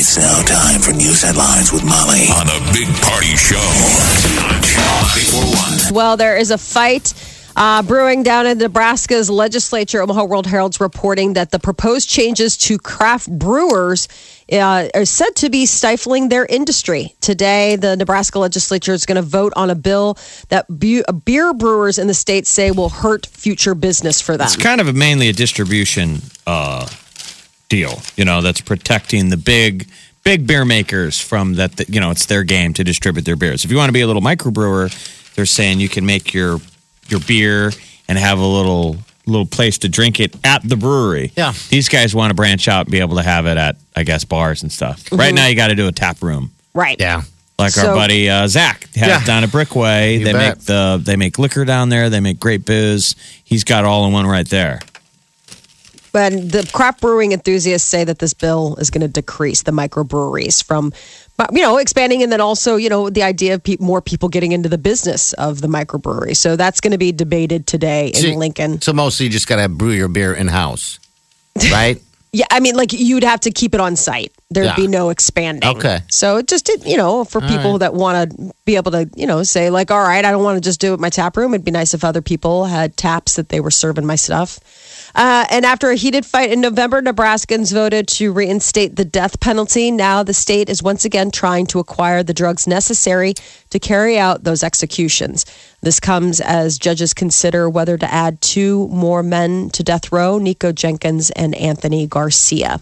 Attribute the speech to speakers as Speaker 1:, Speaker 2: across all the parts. Speaker 1: It's now time for news headlines with Molly on the Big Party Show. on Channel 941.
Speaker 2: Well, there is a fight uh, brewing down in Nebraska's legislature. Omaha World Herald's reporting that the proposed changes to craft brewers uh, are said to be stifling their industry. Today, the Nebraska legislature is going to vote on a bill that bu- beer brewers in the state say will hurt future business for them.
Speaker 3: It's kind of a, mainly a distribution uh, deal, you know, that's protecting the big big beer makers from that. that, you know, it's their game to distribute their beers. If you want to be a little microbrewer, they're saying you can make your your beer and have a little little place to drink it at the brewery.
Speaker 4: Yeah.
Speaker 3: these guys want to branch out and be able to have it at I guess bars and stuff.
Speaker 4: Mm-hmm.
Speaker 3: Right now, you got to do a tap room.
Speaker 2: Right.
Speaker 4: Yeah.
Speaker 3: Like
Speaker 2: So-
Speaker 3: our buddy uh, Zach has
Speaker 4: Yeah.
Speaker 3: down at Brickway.
Speaker 4: You
Speaker 3: they
Speaker 4: bet.
Speaker 3: make the they make liquor down there. They make great booze. He's got all in one right there.
Speaker 2: But the craft brewing enthusiasts say that this bill is going to decrease the microbreweries from, but, you know, expanding, and then also you know the idea of pe- more people getting into the business of the microbrewery. So that's going to be debated today in
Speaker 4: So-
Speaker 2: Lincoln.
Speaker 4: So mostly you just got to brew your beer in house, right?
Speaker 2: Yeah, I mean, like you'd have to keep it on site. There'd
Speaker 4: Yeah.
Speaker 2: be no expanding.
Speaker 4: Okay.
Speaker 2: So it just did, you know, for people that want to be able to, you know, say like, all right, I don't want to just do it in my tap room. It'd be nice if other people had taps that they were serving my stuff. Uh, and after a heated fight in November, Nebraskans voted to reinstate the death penalty. Now the state is once again trying to acquire the drugs necessary to carry out those executions. This comes as judges consider whether to add two more men to death row Nico Jenkins and Anthony Garcia.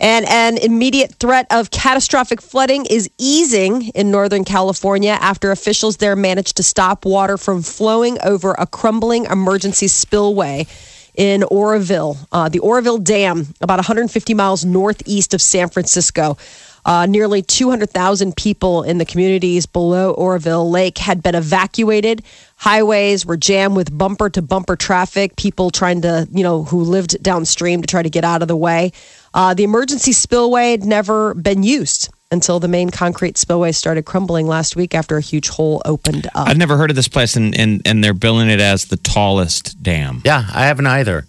Speaker 2: And an immediate threat of catastrophic flooding is easing in Northern California after officials there managed to stop water from flowing over a crumbling emergency spillway in Oroville, uh, the Oroville Dam, about 150 miles northeast of San Francisco. Uh, nearly 200,000 people in the communities below Oroville Lake had been evacuated. Highways were jammed with bumper to bumper traffic, people trying to, you know, who lived downstream to try to get out of the way. Uh, the emergency spillway had never been used until the main concrete spillway started crumbling last week after a huge hole opened up.
Speaker 3: I've never heard of this place, and, and, and they're billing it as the tallest dam.
Speaker 4: Yeah, I haven't either.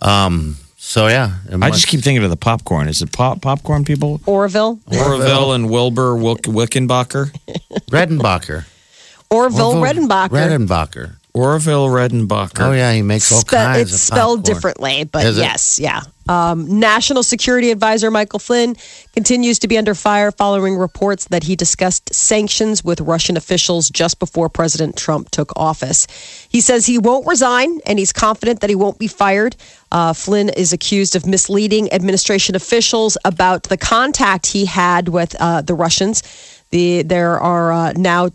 Speaker 4: Um. So yeah,
Speaker 3: I just keep thinking of the popcorn. Is it pop popcorn people?
Speaker 2: Oroville?
Speaker 3: Oroville and Wilbur Wilk- Wickenbacher.
Speaker 4: Redenbacher.
Speaker 2: Orville Redenbacher.
Speaker 4: Redenbacher.
Speaker 3: Oroville Redenbacher.
Speaker 4: Oh yeah, he makes all
Speaker 2: Spe-
Speaker 4: kinds
Speaker 2: it's
Speaker 4: of
Speaker 2: spelled
Speaker 4: popcorn.
Speaker 2: differently, but
Speaker 4: Is it?
Speaker 2: yes, yeah. Um, National Security Advisor Michael Flynn continues to be under fire following reports that he discussed sanctions with Russian officials just before President Trump took office. He says he won't resign and he's confident that he won't be fired. Uh, Flynn is accused of misleading administration officials about the contact he had with uh, the Russians. The, there are uh, now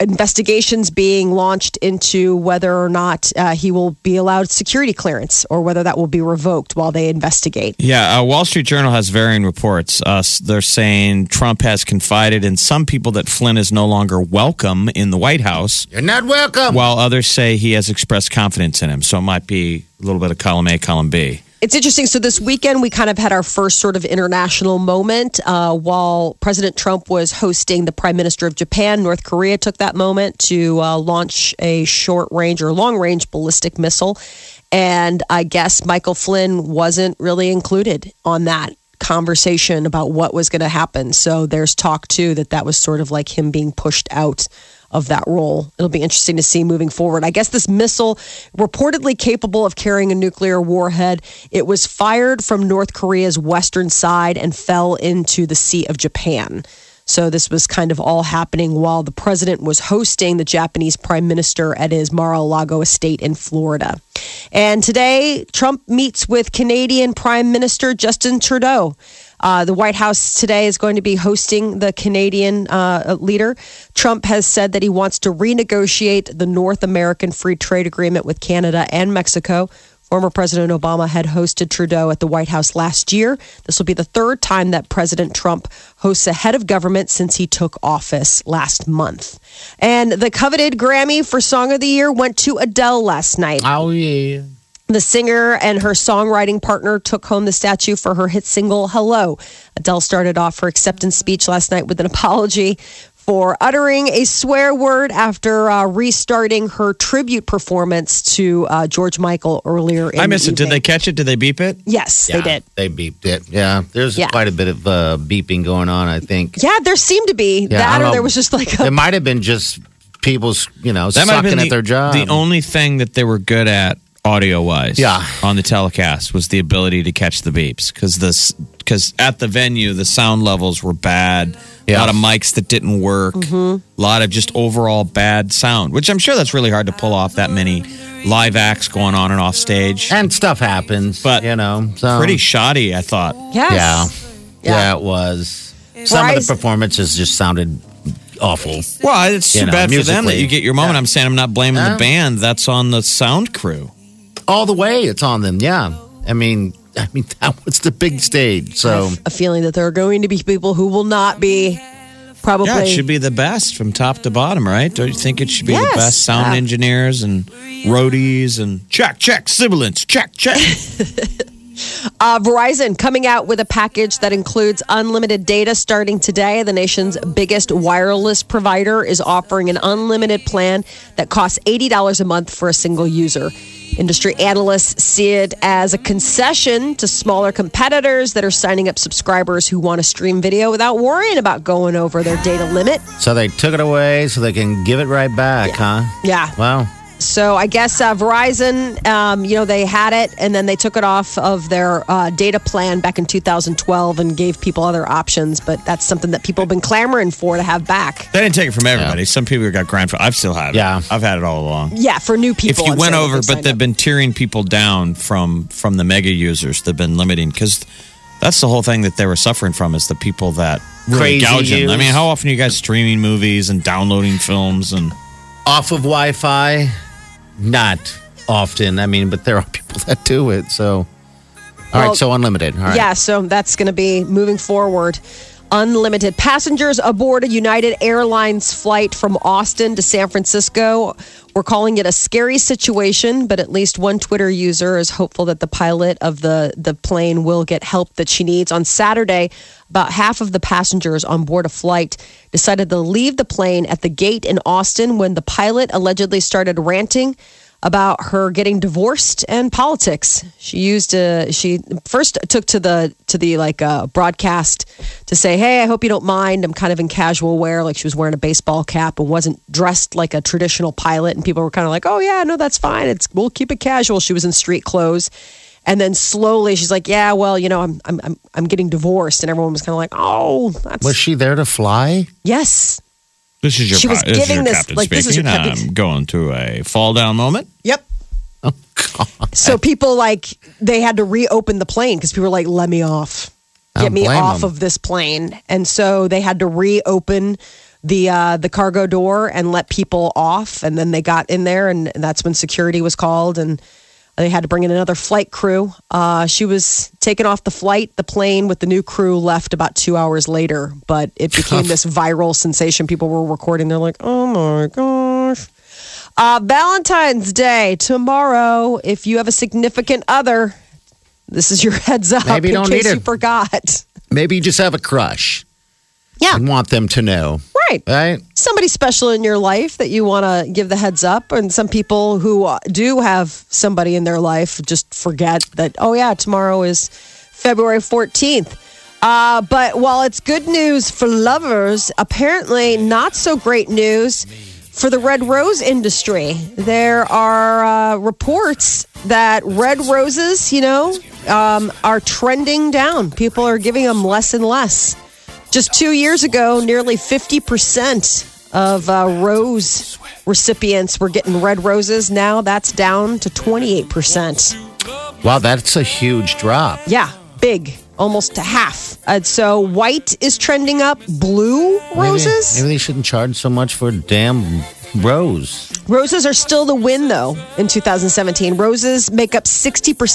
Speaker 2: investigations being launched into whether or not uh, he will be allowed security clearance or whether that will be revoked while they investigate.
Speaker 3: Yeah, uh, Wall Street Journal has varying reports. Uh, s- they're saying Trump has confided in some people that Flynn is no longer welcome in the White House,
Speaker 4: You're not welcome.
Speaker 3: while others say he has expressed confidence in him. So it might be a little bit of column A, column B.
Speaker 2: It's interesting. So this weekend we kind of had our first sort of international moment uh, while President Trump was hosting the Prime Minister of Japan. North Korea took that moment to uh, launch a short range or long range ballistic missile, and I guess Michael Flynn wasn't really included on that conversation about what was going to happen. So there's talk too that that was sort of like him being pushed out of that role. It'll be interesting to see moving forward. I guess this missile, reportedly capable of carrying a nuclear warhead, it was fired from North Korea's western side and fell into the Sea of Japan. So this was kind of all happening while the president was hosting the Japanese prime minister at his Mar-a-Lago estate in Florida. And today, Trump meets with Canadian Prime Minister Justin Trudeau. Uh, the White House today is going to be hosting the Canadian uh, leader. Trump has said that he wants to renegotiate the North American Free Trade Agreement with Canada and Mexico Former President Obama had hosted Trudeau at the White House last year. This will be the third time that President Trump hosts a head of government since he took office last month. And the coveted Grammy for Song of the Year went to Adele last night.
Speaker 4: Oh, yeah.
Speaker 2: The singer and her songwriting partner took home the statue for her hit single, Hello. Adele started off her acceptance speech last night with an apology for uttering a swear word after uh, restarting her tribute performance to uh, George Michael earlier in
Speaker 3: I miss
Speaker 2: the
Speaker 3: it. Did they
Speaker 2: evening.
Speaker 3: catch it? Did they beep it?
Speaker 2: Yes, they did.
Speaker 4: They beeped it. Yeah. There's
Speaker 2: Yeah.
Speaker 4: quite a bit of uh, beeping going on, I think.
Speaker 2: Yeah, there seemed to be
Speaker 4: Yeah, I
Speaker 2: that,
Speaker 4: don't
Speaker 2: or
Speaker 4: know.
Speaker 2: there was just like a.
Speaker 4: It might have been just people's, you know,
Speaker 3: That might have
Speaker 4: sucking
Speaker 3: been
Speaker 4: at
Speaker 3: the,
Speaker 4: their job.
Speaker 3: the only thing that they were good at audio wise.
Speaker 4: Yeah.
Speaker 3: On the telecast was the ability to catch the beeps because this because at the venue the sound levels were bad. A
Speaker 4: Yeah.
Speaker 3: lot of mics that didn't work. A lot of just overall bad sound, which I'm sure that's really hard to pull off. That many live acts going on and off stage.
Speaker 4: and stuff happens,
Speaker 3: But
Speaker 4: you know, so
Speaker 3: Pretty shoddy, I thought.
Speaker 2: yes.
Speaker 4: yeah, yeah, it was. Some of the performances just sounded awful.
Speaker 3: Well, it's too
Speaker 4: You know,
Speaker 3: bad for them that
Speaker 4: musically.
Speaker 3: you get your moment.
Speaker 4: Yeah.
Speaker 3: I'm saying I'm not blaming the
Speaker 4: Huh?
Speaker 3: band. That's on the sound crew.
Speaker 4: All the way, it's on them. Yeah, I mean, I mean that was the big stage. So
Speaker 2: A feeling that there are going to be people who will not be probably.
Speaker 3: Yeah, it should be the best from top to bottom, right? Don't you think it should be
Speaker 2: Yes.
Speaker 3: the best sound
Speaker 2: Yeah.
Speaker 3: engineers and roadies and check, check, sibilance, check, check.
Speaker 2: Uh, Verizon coming out with a package that includes unlimited data starting today. The nation's biggest wireless provider is offering an unlimited plan that costs $80 a month for a single user. Industry analysts see it as a concession to smaller competitors that are signing up subscribers who want to stream video without worrying about going over their data limit.
Speaker 4: so they took it away, so they can give it right back, huh?
Speaker 2: Yeah.
Speaker 4: Wow.
Speaker 2: So I guess uh, Verizon, um, you know, they had it and then they took it off of their uh, data plan back in 2012 and gave people other options. But that's something that people have been clamoring for to have back.
Speaker 3: They didn't take it from everybody. Some people got grinded. I've still had it.
Speaker 4: Yeah.
Speaker 3: I've had it all along.
Speaker 2: Yeah, for new
Speaker 3: If
Speaker 2: people.
Speaker 3: you
Speaker 2: I'm
Speaker 3: went
Speaker 2: saying,
Speaker 3: over,
Speaker 2: that
Speaker 3: but
Speaker 2: they
Speaker 3: they've been tearing people down from from the mega users that've been limiting because that's the whole thing that they were suffering from is the people that really
Speaker 4: Crazy
Speaker 3: gouge them. I
Speaker 4: use.
Speaker 3: mean, how often are you guys streaming movies and downloading films and
Speaker 4: Off of Wi-Fi, not often. I mean, but there are people that do it. So, all right,
Speaker 2: Well,
Speaker 4: so unlimited. All right.
Speaker 2: Yeah, so that's going to be moving forward. Unlimited passengers aboard a United Airlines flight from Austin to San Francisco. We're calling it a scary situation, but at least one Twitter user is hopeful that the pilot of the, the plane will get help that she needs. On Saturday, about half of the passengers on board a flight decided to leave the plane at the gate in Austin when the pilot allegedly started ranting about her getting divorced and politics. She used uh she first took to the to the like uh, broadcast to say, "Hey, I hope you don't mind. I'm kind of in casual wear, like she was wearing a baseball cap and wasn't dressed like a traditional pilot." And people were kind of like, "Oh yeah, no, that's fine. It's we'll keep it casual." She was in street clothes. And then slowly she's like, "Yeah, well, you know, I'm I'm I'm, I'm getting divorced." And everyone was kind of like, "Oh, that's
Speaker 4: Was she there to fly?
Speaker 2: yes."
Speaker 3: This is your.
Speaker 2: She was
Speaker 3: pro- this is
Speaker 2: giving
Speaker 3: your
Speaker 2: this,
Speaker 3: captain
Speaker 2: like, this is
Speaker 3: speaking.
Speaker 2: your captain-
Speaker 3: I'm going through a fall down moment.
Speaker 2: Yep.
Speaker 4: Oh,
Speaker 2: So people like they had to reopen the plane because people were like, "Let me off,
Speaker 4: I
Speaker 2: get
Speaker 4: don't
Speaker 2: me
Speaker 4: blame
Speaker 2: off
Speaker 4: 'em.
Speaker 2: of this plane," and so they had to reopen the uh, the cargo door and let people off, and then they got in there, and that's when security was called, and they had to bring in another flight crew. Uh, she was taken off the flight. The plane with the new crew left about two hours later, but it became this viral sensation. People were recording. They're like, "Oh my gosh." Uh, Valentine's Day tomorrow. If you have a significant other, this is your heads up
Speaker 4: Maybe
Speaker 2: in
Speaker 4: don't
Speaker 2: case
Speaker 4: need
Speaker 2: you
Speaker 4: it.
Speaker 2: forgot.
Speaker 4: Maybe you just have a crush.
Speaker 2: Yeah.
Speaker 4: And want them to know.
Speaker 2: Right.
Speaker 4: Right?
Speaker 2: Somebody special in your life that you want to give the heads up. And some people who uh, do have somebody in their life just forget that, oh, yeah, tomorrow is February 14th. Uh, but while it's good news for lovers, apparently not so great news for the red rose industry. There are uh, reports that red roses, you know, um, are trending down. People are giving them less and less. Just two years ago, nearly 50% of uh, rose recipients were getting red roses. Now that's down to 28%.
Speaker 4: Wow, that's a huge drop.
Speaker 2: Yeah, big, almost to half. And so white is trending up, blue
Speaker 4: Maybe-
Speaker 2: roses.
Speaker 4: Maybe, they shouldn't charge so much for damn Rose.
Speaker 2: Roses are still the win, though, in 2017. Roses make up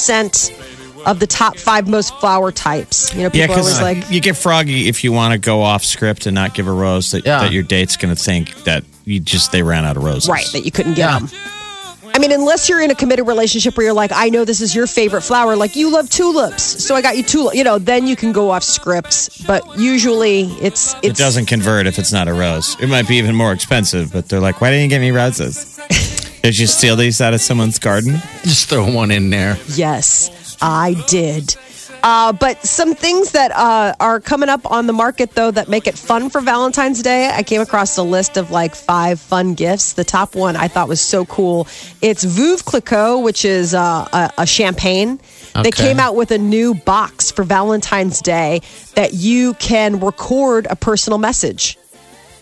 Speaker 2: 60% of the top five most flower types. You know, people are always like,
Speaker 3: you get froggy if you want to go off script and not give a rose that,
Speaker 4: Yeah.
Speaker 3: that your date's going to think that you just they ran out of roses.
Speaker 2: right, that you couldn't get
Speaker 4: Yeah.
Speaker 2: them. I mean, unless you're in a committed relationship where you're like, I know this is your favorite flower, like you love tulips, so I got you tulip. You know, then you can go off scripts. But usually, it's
Speaker 3: It
Speaker 2: it's
Speaker 3: doesn't convert if it's not a rose. It might be even more expensive, but they're like, why didn't you get me roses? Did you steal these out of someone's garden?
Speaker 4: Just throw one in there.
Speaker 2: Yes, I did. Uh, but some things that uh, are coming up on the market, though, that make it fun for Valentine's Day. I came across a list of like five fun gifts. The top one I thought was so cool. It's Veuve Clicquot, which is uh, a, a champagne. They
Speaker 4: Okay.
Speaker 2: came out with a new box for Valentine's Day that you can record a personal message.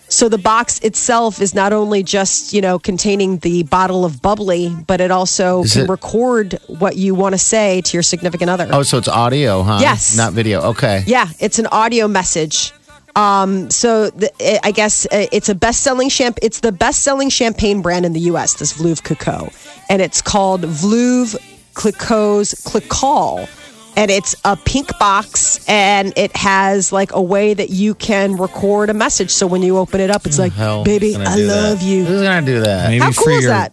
Speaker 2: So the box itself is not only just, you know, containing the bottle of bubbly, but it also
Speaker 4: Is
Speaker 2: can
Speaker 4: it-
Speaker 2: record what you want to say to your significant other.
Speaker 4: Oh, so it's audio, huh?
Speaker 2: Yes.
Speaker 4: Not video. Okay.
Speaker 2: Yeah, it's an audio message. Um, so the, I guess uh, it's a best-selling champ. It's the best-selling champagne brand in the U.S. This Vleuve Clicquot, and it's called Vleuve Clicquot's Clicquot, and it's a pink box, and it has like a way that you can record a message. So when you open it up, it's like,
Speaker 4: Hell,
Speaker 2: "Baby,
Speaker 4: who's gonna
Speaker 2: I
Speaker 4: do
Speaker 2: love
Speaker 4: that?
Speaker 2: you."
Speaker 4: Who's gonna do that?
Speaker 3: Maybe
Speaker 2: How cool
Speaker 3: for
Speaker 2: is
Speaker 3: your
Speaker 2: that?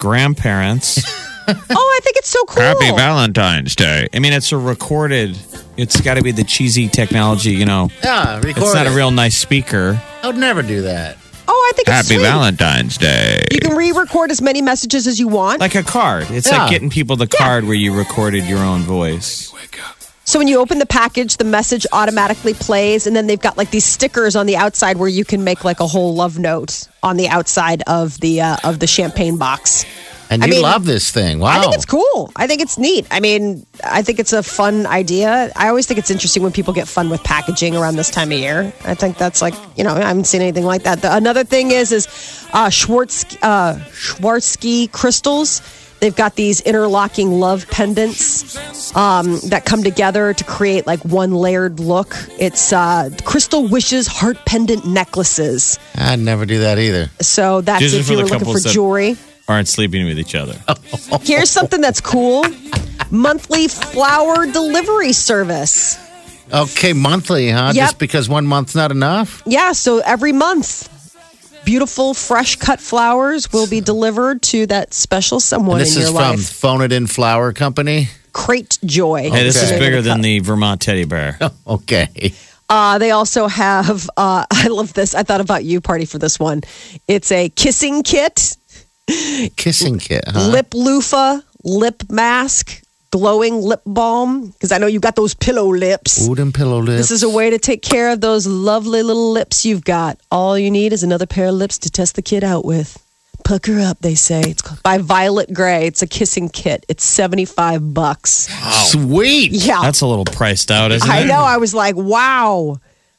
Speaker 3: grandparents.
Speaker 2: oh, I think it's so cool.
Speaker 3: Happy Valentine's Day. I mean, it's a recorded, it's got to be the cheesy technology, you know.
Speaker 4: Yeah, record.
Speaker 3: It's not a
Speaker 4: it.
Speaker 3: real nice speaker.
Speaker 4: I would never do that.
Speaker 2: oh, I think it's
Speaker 3: Happy
Speaker 2: sweet.
Speaker 3: Valentine's Day.
Speaker 2: You can re-record as many messages as you want.
Speaker 3: Like a card. It's
Speaker 4: Yeah.
Speaker 3: like getting people the card where you recorded your own voice.
Speaker 2: So when you open the package, the message automatically plays, and then they've got like these stickers on the outside where you can make like a whole love note on the outside of the uh, of the champagne box.
Speaker 4: And
Speaker 2: I
Speaker 4: you
Speaker 2: mean,
Speaker 4: love this thing. Wow.
Speaker 2: I
Speaker 3: Oh.
Speaker 2: think it's cool. I think it's neat. I mean, I think it's a fun idea. I always think it's interesting when people get fun with packaging around this time of year. I think that's like you know I haven't seen anything like that. The, another thing is is uh, Schwartz uh, Schwarzsky crystals. They've got these interlocking love pendants um, that come together to create like one layered look. It's uh, crystal wishes heart pendant necklaces.
Speaker 4: I'd never do that either.
Speaker 2: So that's
Speaker 3: These are
Speaker 2: if
Speaker 3: for
Speaker 2: you
Speaker 3: the
Speaker 2: were looking for
Speaker 3: couples that-
Speaker 2: jewelry.
Speaker 3: Aren't sleeping with each other.
Speaker 4: Oh,
Speaker 2: Here's something that's cool monthly flower delivery service.
Speaker 4: Okay, monthly, huh?
Speaker 2: Yep.
Speaker 4: Just because one month's not enough?
Speaker 2: Yeah, so every month, beautiful, fresh cut flowers will be delivered to that special someone
Speaker 4: And this
Speaker 2: in your
Speaker 4: is from
Speaker 2: life.
Speaker 4: Phone It In Flower Company.
Speaker 2: Crate Joy.
Speaker 3: Hey, this is
Speaker 4: Okay.
Speaker 3: bigger than the Vermont teddy bear.
Speaker 4: Okay.
Speaker 2: Uh, they also have, uh, I love this. I thought about you, party, for this one. It's a kissing kit,
Speaker 4: Kissing kit, huh?
Speaker 2: lip loofah, lip mask, glowing lip balm, because I know you got those pillow lips.
Speaker 4: Wooden pillow lips.
Speaker 2: This is a way to take care of those lovely little lips you've got. All you need is another pair of lips to test the kid out with. Pucker up, they say. It's called by Violet Gray. It's a kissing kit. It's 75 bucks.
Speaker 4: Sweet.
Speaker 2: Yeah.
Speaker 3: That's a little priced out, isn't
Speaker 2: I
Speaker 3: it?
Speaker 2: know. I was like, wow.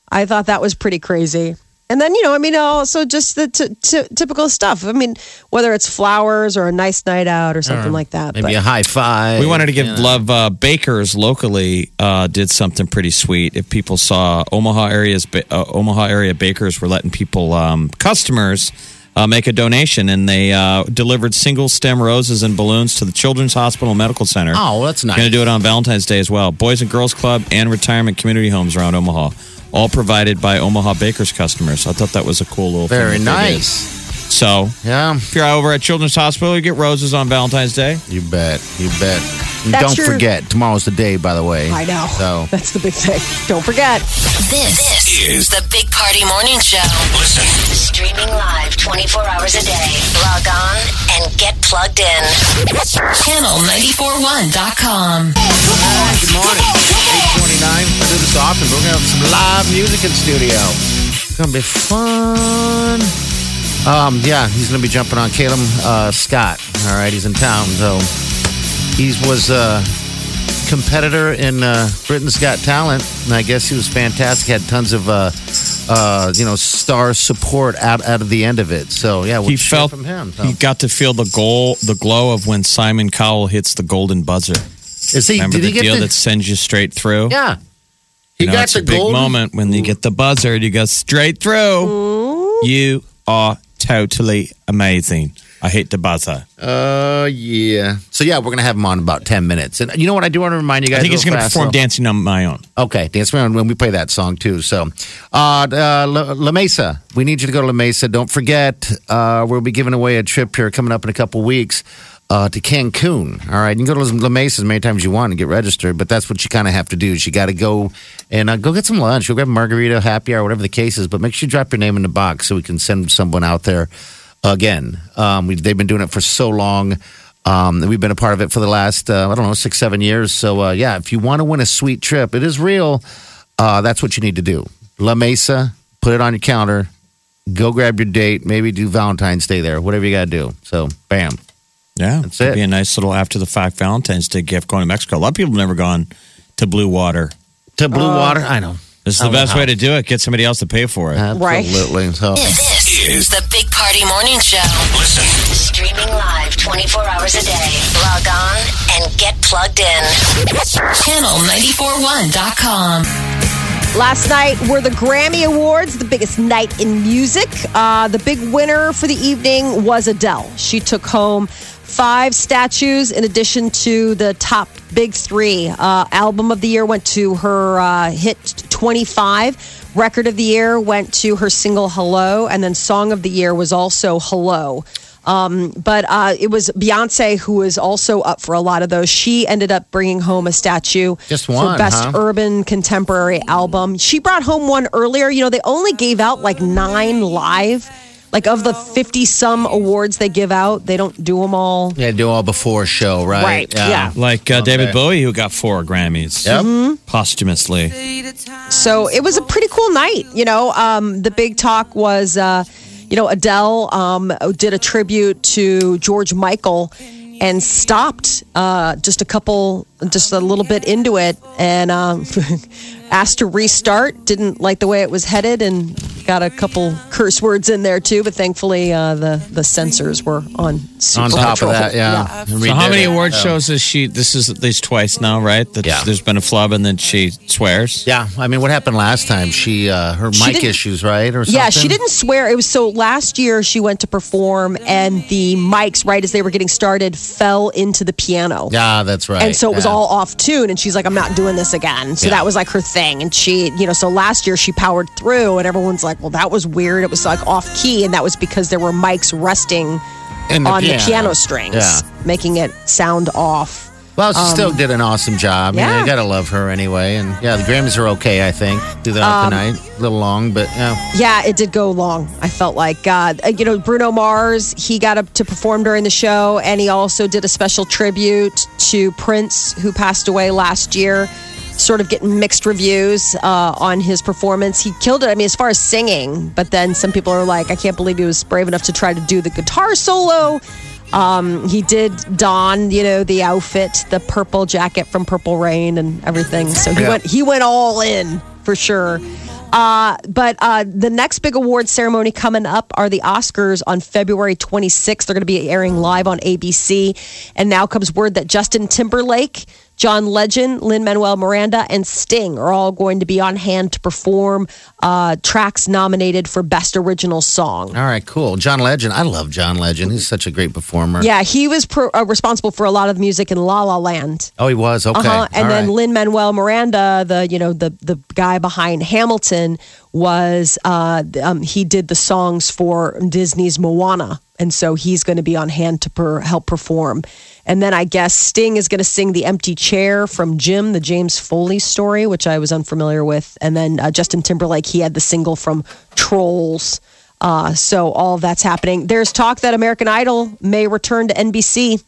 Speaker 2: I thought that was pretty crazy. And then, you know, I mean, also just the t- t- typical stuff. I mean, whether it's flowers or a nice night out or something like that.
Speaker 4: Maybe
Speaker 2: but-
Speaker 4: a high five.
Speaker 3: We wanted to give love. Uh, bakers locally uh, did something pretty sweet. If people saw Omaha areas, ba- uh, Omaha area bakers were letting people um, customers uh, make a donation, and they uh, delivered single stem roses and balloons to the Children's Hospital Medical Center.
Speaker 4: Oh, well, that's nice.
Speaker 3: Going to do it on Valentine's Day as well. Boys and Girls Club and retirement community homes around Omaha, all provided by Omaha Bakers customers. I thought that was a cool little thing
Speaker 4: Very
Speaker 3: that they did.
Speaker 4: nice.
Speaker 3: So.
Speaker 4: Yeah.
Speaker 3: If you're over at Children's Hospital, you get roses on Valentine's Day.
Speaker 4: You bet. You bet. And
Speaker 2: That's
Speaker 4: don't
Speaker 2: your-
Speaker 4: forget, tomorrow's the day, by the way.
Speaker 2: I know.
Speaker 4: So
Speaker 2: That's the big thing. Don't forget.
Speaker 5: This, is the Big Party Morning Show.
Speaker 1: Listen.
Speaker 5: Streaming live 24 hours a day. Log on and get plugged in. Channel941.com.
Speaker 4: 29. I do this often, but we're gonna have some live music in studio. It's gonna be fun. Um, yeah, he's gonna be jumping on Caleb uh, Scott. All right, he's in town, so he was a competitor in uh, Britain's Got Talent, and I guess he was fantastic. Had tons of uh, uh, you know star support out out of the end of it. So yeah, we'll
Speaker 3: he
Speaker 4: just hear
Speaker 3: felt
Speaker 4: from him. So.
Speaker 3: he got to feel the goal, the glow of when Simon Cowell hits the golden buzzer.
Speaker 4: Is he?
Speaker 3: Remember
Speaker 4: Did
Speaker 3: the
Speaker 4: he get
Speaker 3: deal
Speaker 4: the?
Speaker 3: that sends you straight through?
Speaker 4: yeah. He
Speaker 3: you know,
Speaker 4: got
Speaker 3: it's
Speaker 4: the
Speaker 3: a big
Speaker 4: golden
Speaker 3: moment when you get the buzzer. You go straight through. You are totally amazing. I hate the buzzer.
Speaker 4: Uh, yeah. So yeah, we're gonna have him on in about ten minutes. And you know what? I do want to remind you guys.
Speaker 3: I think
Speaker 4: real
Speaker 3: he's going to
Speaker 4: fast,
Speaker 3: perform
Speaker 4: though.
Speaker 3: dancing on my own.
Speaker 4: Okay, dance around when we play that song too. So, uh, uh, La, La Mesa, we need you to go to La Mesa. Don't forget, uh, we'll be giving away a trip here coming up in a couple weeks uh, to Cancun. All right, you can go to La Mesa as many times as you want and get registered, but that's what you kind of have to do. Is you got to go and uh, go get some lunch, go grab a margarita, happy hour, whatever the case is. But make sure you drop your name in the box so we can send someone out there again. Um, we, they've been doing it for so long. Um, and we've been a part of it for the last, uh, I don't know, six, seven years. So, uh, yeah, if you want to win a sweet trip, it is real. Uh, that's what you need to do. La Mesa, put it on your calendar. Go grab your date. Maybe do Valentine's Day there, whatever you got to do. So, bam.
Speaker 3: Yeah,
Speaker 4: That's
Speaker 3: It'd
Speaker 4: it.
Speaker 3: Be a nice little after the fact Valentine's Day gift going to Mexico. A lot of people have never gone to Blue Water.
Speaker 4: To Blue
Speaker 2: Uh,
Speaker 4: Water. I know.
Speaker 3: This is the best way to do it. Get somebody else to pay for it.
Speaker 4: Uh,
Speaker 2: Right.
Speaker 4: Absolutely. So,
Speaker 5: This is the Big Party Morning Show.
Speaker 1: Listen.
Speaker 5: Streaming live 24 hours a day. Log on and get plugged in. Channel941.com.
Speaker 2: Last night were the Grammy Awards, the biggest night in music. Uh, the big winner for the evening was Adele. She took home five statues in addition to the top big three. Uh, album of the year went to her uh, hit 25. Record of the year went to her single Hello. And then Song of the year was also Hello. Um, but uh, it was Beyonce who was also up for a lot of those. She ended up bringing home a statue
Speaker 4: Just
Speaker 2: for
Speaker 4: one,
Speaker 2: best
Speaker 4: huh?
Speaker 2: urban contemporary album. She brought home one earlier. You know, they only gave out like nine live. Like of the 50 some awards they give out, they don't do them all.
Speaker 4: yeah, do all before show, right?
Speaker 2: Right, yeah.
Speaker 3: Like uh, David Bowie, who got four Grammys
Speaker 4: Yep. Mm-hmm.
Speaker 3: posthumously.
Speaker 2: So it was a pretty cool night. You know, um, the big talk was, uh, you know, Adele um, did a tribute to George Michael and stopped uh, just a couple, just a little bit into it and um, asked to restart. Didn't like the way it was headed and got a couple curse words in there too. But thankfully, uh, the the censors were on super
Speaker 4: On top of
Speaker 2: patrol.
Speaker 4: that, yeah.
Speaker 3: So how many award shows is she? This is at least twice now, right? That
Speaker 4: Yeah.
Speaker 3: There's been a flub and then she swears.
Speaker 4: Yeah, I mean, what happened last time? She uh, her mic
Speaker 2: didn't-
Speaker 4: issues, right, or something?
Speaker 2: Yeah, she didn't swear. It was so last year she went to perform and the mics, right as they were getting started, fell into the piano.
Speaker 4: Yeah, that's right.
Speaker 2: And so it was
Speaker 4: Yeah.
Speaker 2: all off tune, and she's like, "I'm not doing this again." So
Speaker 4: Yeah.
Speaker 2: that was like her thing, and she, you know, so last year she powered through, and everyone's like, "Well, that was weird. It was like off key," and that was because there were mics resting
Speaker 4: In
Speaker 2: on the piano strings,
Speaker 4: Yeah.
Speaker 2: making it sound off.
Speaker 4: Well, she still did an awesome job. Yeah. You, know, you
Speaker 2: Um, yeah.
Speaker 4: gotta love her anyway. And yeah, the Grammys are okay, I think. Do that
Speaker 2: Um,
Speaker 4: tonight. A little long, but yeah.
Speaker 2: Yeah, it did go long. I felt like, uh, you know, Bruno Mars, he got up to perform during the show, and he also did a special tribute to Prince, who passed away last year, sort of getting mixed reviews uh, on his performance. He killed it, I mean, as far as singing, but then some people are like, I can't believe he was brave enough to try to do the guitar solo. Um, he did don, you know, the outfit, the purple jacket from Purple Rain and everything. So he
Speaker 4: Yeah.
Speaker 2: went he went all in for sure. Uh, but uh, the next big award ceremony coming up are the Oscars on February 26th. They're going to be airing live on ABC. And now comes word that Justin Timberlake, John Legend, Lin Manuel Miranda, and Sting are all going to be on hand to perform uh, tracks nominated for Best Original Song.
Speaker 4: All right, cool. John Legend. I love John Legend. He's such a great performer.
Speaker 2: Yeah, he was pro- uh, responsible for a lot of the music in La La Land.
Speaker 4: Oh, he was okay.
Speaker 2: Uh-huh. And
Speaker 4: All
Speaker 2: then
Speaker 4: right.
Speaker 2: Lin Manuel Miranda, the you know the the guy behind Hamilton, was uh, um, he did the songs for Disney's Moana, and so he's going to be on hand to per- help perform. And then I guess Sting is going to sing "The Empty Chair" from Jim, the James Foley story, which I was unfamiliar with. And then uh, Justin Timberlake, he had the single from Trolls. Uh, so all that's happening. There's talk that American Idol may return to NBC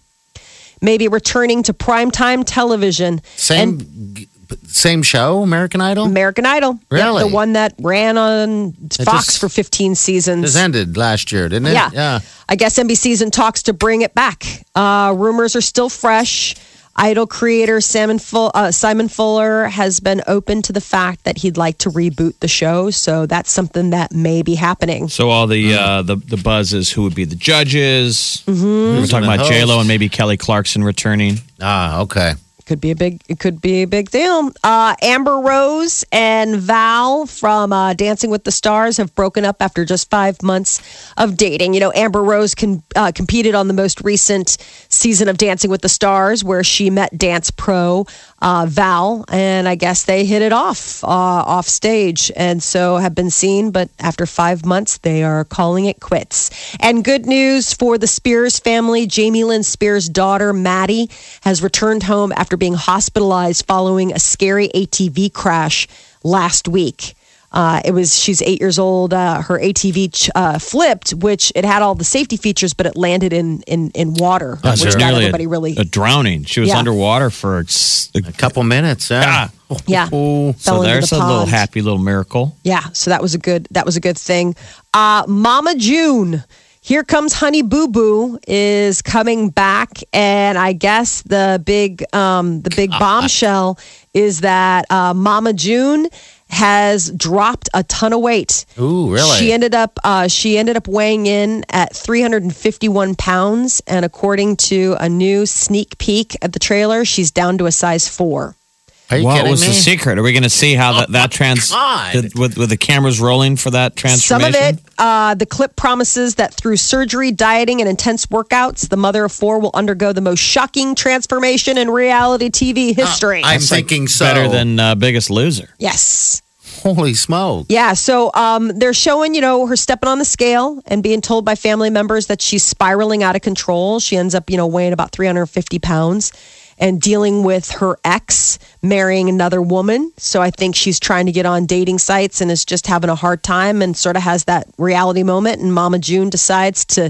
Speaker 2: maybe returning to primetime television.
Speaker 4: same
Speaker 2: and
Speaker 4: same show, American Idol.
Speaker 2: American Idol. Yep,
Speaker 4: Really?
Speaker 2: the one that ran on Fox
Speaker 4: just-
Speaker 2: for 15 seasons.
Speaker 4: This ended last year, didn't it?
Speaker 2: yeah.
Speaker 4: Yeah.
Speaker 2: I guess NBC's in talks to bring it back. Uh, rumors are still fresh. Idol creator Simon, Ful- uh, Simon Fuller has been open to the fact that he'd like to reboot the show. So that's something that may be happening.
Speaker 3: So all the
Speaker 4: Mm-hmm.
Speaker 3: uh, the the buzz is who would be the
Speaker 2: Mm-hmm.
Speaker 3: judges. We're talking
Speaker 4: gonna
Speaker 3: about J Lo
Speaker 4: host?
Speaker 3: and maybe Kelly Clarkson returning.
Speaker 4: Ah, okay.
Speaker 2: Could be a big. It could be a big deal. Uh, Amber Rose and Val from uh, Dancing with the Stars have broken up after just five months of dating. You know, Amber Rose con- uh, competed on the most recent season of Dancing with the Stars, where she met dance pro uh, Val, and I guess they hit it off uh, off stage, and so have been seen. But after five months, they are calling it quits. And good news for the Spears family: Jamie Lynn Spears' daughter Maddie has returned home after being hospitalized following a scary ATV crash last week. Uh, it was she's eight years old. Uh, her ATV ch- uh, flipped, which it had all the safety features, but it landed in in in water,
Speaker 3: It
Speaker 2: which
Speaker 3: was
Speaker 2: not
Speaker 3: nearly a-
Speaker 2: everybody really.
Speaker 3: a drowning. She was
Speaker 2: Yeah.
Speaker 3: underwater for s- a,
Speaker 4: A couple Oh, minutes. Yeah.
Speaker 3: Ah.
Speaker 2: yeah.
Speaker 3: so
Speaker 2: fell into
Speaker 3: there's
Speaker 2: the
Speaker 3: a little
Speaker 2: pond.
Speaker 3: happy little miracle.
Speaker 2: Yeah, so that was a good that was a good thing. Uh, Mama June, here comes Honey Boo Boo is coming back, and I guess the big um, the
Speaker 4: Uh,
Speaker 2: big bombshell is that uh, Mama June has dropped a ton of weight.
Speaker 4: Ooh, really?
Speaker 2: She ended up uh, she ended up weighing in at 351 pounds, and according to a new sneak peek at the trailer, she's down to a size four.
Speaker 4: Are you
Speaker 3: What
Speaker 4: kidding
Speaker 3: was
Speaker 4: me? Oh
Speaker 3: the secret? Are we going to see how that, that trans
Speaker 4: God.
Speaker 3: did- with with the cameras rolling for that
Speaker 2: Some
Speaker 3: transformation?
Speaker 2: of it, uh, the clip promises that through surgery, dieting, and intense workouts, the mother of four will undergo the most shocking transformation in reality TV history.
Speaker 4: I'm thinking so.
Speaker 3: better than uh, Biggest Loser.
Speaker 2: yes.
Speaker 4: holy smoke.
Speaker 2: Yeah. So um, they're showing, you know, her stepping on the scale and being told by family members that she's spiraling out of control. She ends up, you know, weighing about 350 pounds and dealing with her ex marrying another woman. So I think she's trying to get on dating sites and is just having a hard time and sort of has that reality moment. And Mama June decides to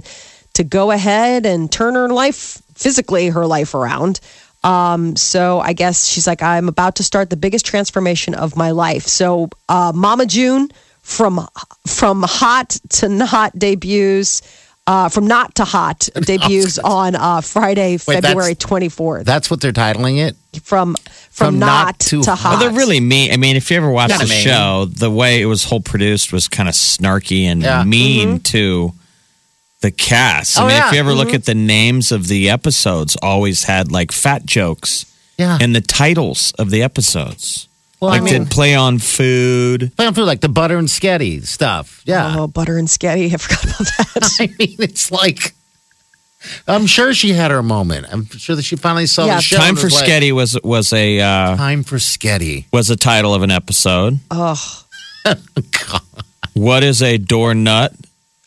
Speaker 2: to go ahead and turn her life physically her life around. Um, so I guess she's like, I'm about to start the biggest transformation of my life. So uh, Mama June from from hot to not debuts. Uh, from not to hot debuts on uh, Friday,
Speaker 4: Wait, that's-
Speaker 2: February twenty fourth.
Speaker 4: That's what they're titling it.
Speaker 2: From from,
Speaker 4: From
Speaker 2: not,
Speaker 4: not
Speaker 2: to,
Speaker 4: to
Speaker 2: hot.
Speaker 4: hot.
Speaker 3: Oh, They're really mean. I mean, if you ever watch
Speaker 4: Not
Speaker 3: the
Speaker 4: mean.
Speaker 3: show, the way it was whole produced was kind of snarky and
Speaker 4: Yeah. Mm-hmm.
Speaker 3: mean to the cast. I
Speaker 4: Oh,
Speaker 3: mean,
Speaker 4: yeah.
Speaker 3: if you ever look at the names of the episodes, always had like fat jokes
Speaker 4: Yeah.
Speaker 3: in the titles of the episodes.
Speaker 4: well,
Speaker 3: like
Speaker 4: I mean,
Speaker 3: did play on food.
Speaker 4: but I'm feeling like the butter and sketty stuff. Yeah.
Speaker 2: Oh, butter and sketty. I forgot about that.
Speaker 4: I mean, it's like. I'm sure she had her moment. I'm sure that she finally saw
Speaker 2: Yeah.
Speaker 4: the show.
Speaker 3: Time
Speaker 4: and
Speaker 3: for
Speaker 4: was like,
Speaker 3: Sketty was was a uh,
Speaker 4: Time for sketty.
Speaker 3: was a title of an episode.
Speaker 2: Oh,
Speaker 3: What is a door nut?